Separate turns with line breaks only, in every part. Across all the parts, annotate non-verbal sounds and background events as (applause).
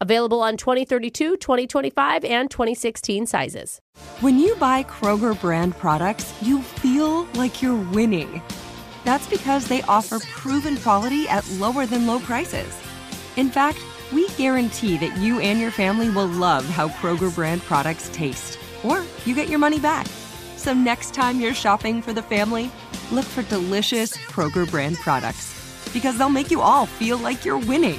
Available on 2032, 2025, and 2016 sizes.
When you buy Kroger brand products, you feel like you're winning. That's because they offer proven quality at lower than low prices. In fact, we guarantee that you and your family will love how Kroger brand products taste, or you get your money back. So next time you're shopping for the family, look for delicious Kroger brand products because they'll make you all feel like you're winning.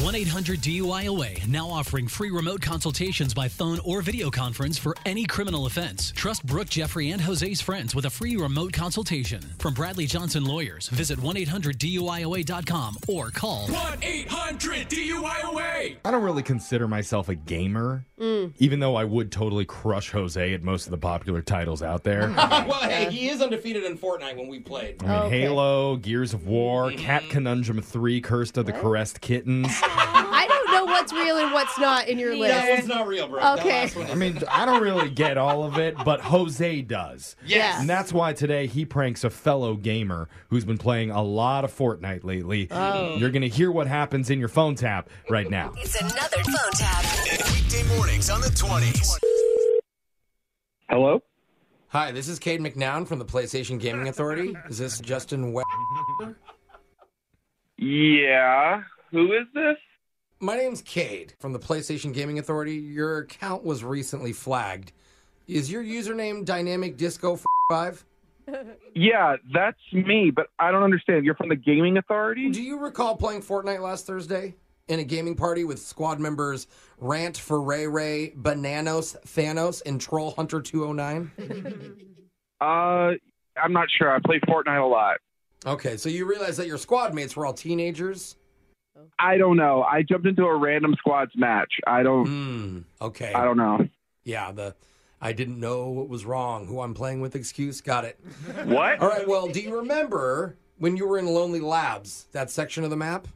1 800 DUIOA now offering free remote consultations by phone or video conference for any criminal offense. Trust Brooke, Jeffrey, and Jose's friends with a free remote consultation. From Bradley Johnson Lawyers, visit 1 800 DUIOA.com or call
1 800 DUIOA.
I don't really consider myself a gamer, even though I would totally crush Jose at most of the popular titles out there. I
well, hey, he is undefeated in Fortnite when we played.
mean, Halo, Gears of War, Cat Conundrum 3, Cursed of the Caressed Kittens.
I don't know what's real and what's not in your
That
list.
one's not real, bro. That
Okay.
last one
I
is-
mean, I don't really get all of it, but Jose does.
yes.
And that's why today he pranks a fellow gamer who's been playing a lot of Fortnite lately. You're going to hear what happens in your phone tap right now.
It's another phone tap.
Weekday mornings on the 20s.
Hello?
Hi, this is Cade McNown from the PlayStation Gaming Authority. Is this Justin West?
Yeah. Who is this?
My name's Cade from the PlayStation Gaming Authority. Your account was recently flagged. Is your username Dynamic Disco 5?
Yeah, that's me, but I don't understand. You're from the gaming authority?
Do you recall playing Fortnite last Thursday in a gaming party with squad members Rant for Ray Ray, Bananos, Thanos, and Troll Hunter 209?
Uh, I'm not sure. I play Fortnite a lot.
Okay, so you realize that your squad mates were all teenagers?
I don't know. I jumped into a random squads match. I don't
Hmm. Okay.
I don't know.
Yeah, the I didn't know what was wrong, who I'm playing with excuse. Got it. All
What?
right, well, do you remember when you were in Lonely Labs, that section of the map?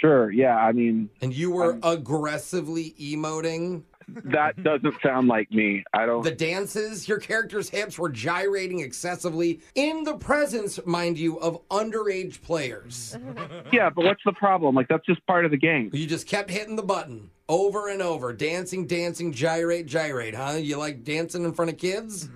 Sure. Yeah, I mean,
And you were aggressively emoting
(laughs) that doesn't sound like me. I don't
the dances. Your character's hips were gyrating excessively in the presence, mind you, of underage players.
Mm-hmm. Yeah, but what's the problem? Like that's just part of the game.
You just kept hitting the button over and over, dancing, dancing, gyrate, gyrate, huh? You like dancing in front of kids?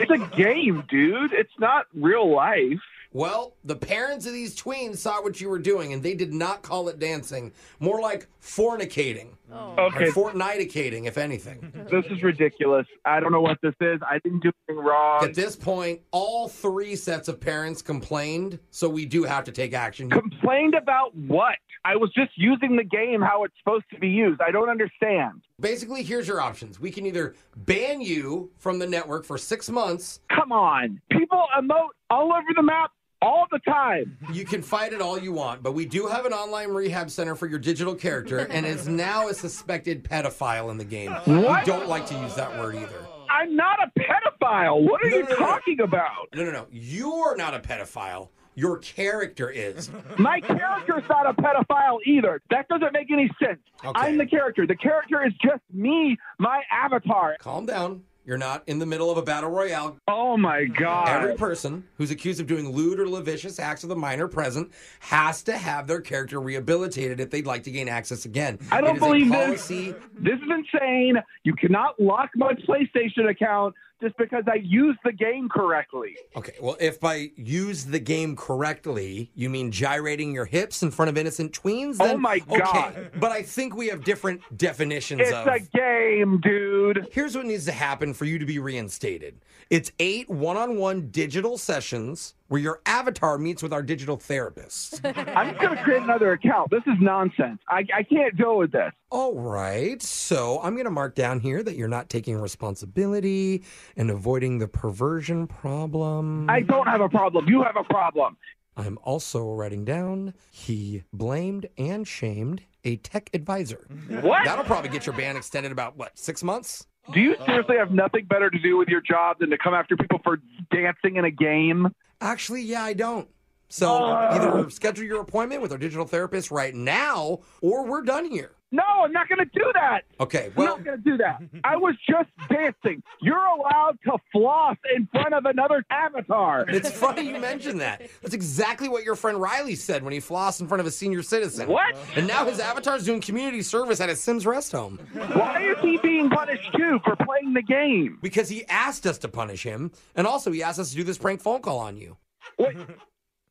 It's a game, dude. It's not real life.
Well, the parents of these tweens saw what you were doing and they did not call it dancing, more like fornicating or
Oh. Okay,
fortniticating, if anything.
(laughs) this is ridiculous. I don't know what this is. I didn't do anything wrong.
At this point, all three sets of parents complained, so we do have to take action.
Complained about what? I was just using the game how it's supposed to be used. I don't understand.
Basically, here's your options. We can either ban you from the network for six months,
Come on. People emote all over the map all the time.
you can fight it all you want, but we do have an online rehab center for your digital character and
(laughs)
is now a suspected pedophile in the game.
What?
We don't like to use that word either.
I'm not a pedophile. What are
No,
you
no, no, no.
talking about?
No, no, no. You're not a pedophile. Your character
(laughs)
is.
My character's not a pedophile either. That doesn't make any sense.
Okay.
I'm the character. The character is just me, my avatar.
Calm down. You're not in the middle of a battle royale.
Oh my God.
Every person who's accused of doing lewd or lascivious acts with a minor present has to have their character rehabilitated if they'd like to gain access again.
I
It
don't
is a
believe this.
policy-
This is insane. You cannot lock my PlayStation account just because I used the game correctly.
Okay, well, if by use the game correctly, you mean gyrating your hips in front of innocent tweens,
Oh
then
my
Okay,
God.
but I think we have different definitions
It's
of.
a game, dude.
Here's what needs to happen for you to be reinstated. It's eight one-on-one digital sessions where your avatar meets with our digital therapist.
I'm just going to create another account. This is nonsense. I, I can't deal with this.
All right, so I'm going to mark down here that you're not taking responsibility and avoiding the perversion problem.
I don't have a problem. You have a problem.
I'm also writing down he blamed and shamed a tech advisor.
What?
That'll probably get your ban extended about what six months.
Do you seriously have nothing better to do with your job than to come after people for dancing in a game?
Actually, yeah, I don't. So either schedule your appointment with our digital therapist right now, or we're done here.
No, I'm not going to do that.
Okay,
I'm
well,
not going to do that. I was just dancing. You're allowed to floss in front of another avatar.
(laughs) it's funny you mentioned that. That's exactly what your friend Riley said when he flossed in front of a senior citizen.
What?
And now his avatar's doing community service at a Sims rest home
Why is he being punished too for playing the game?
because he asked us to punish him, and also he asked us to do this prank phone call on you.
Wait,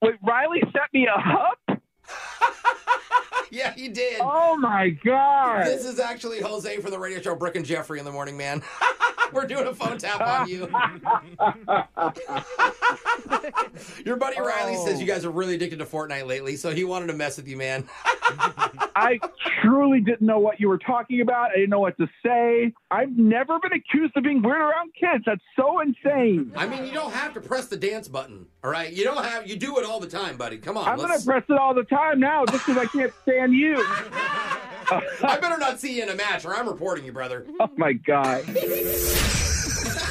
wait Riley set me up?
Yeah, he did.
Oh my god!
This is actually Jose from the radio show Brooke and Jeffrey in the morning, man. (laughs) We're doing a phone tap on you. (laughs) Your buddy Riley
Oh.
says you guys are really addicted to Fortnite lately, so he wanted to mess with you, man.
I truly didn't know what you were talking about. I didn't know what to say. I've never been accused of being weird around kids. That's so insane.
I mean, you don't have to press the dance button, all right? You don't have you do it all the time, buddy. Come on,
I'm gonna
let's-
press it all the time now just because I can't stand you.
I better not see you in a match, or I'm reporting you, brother.
Oh my god.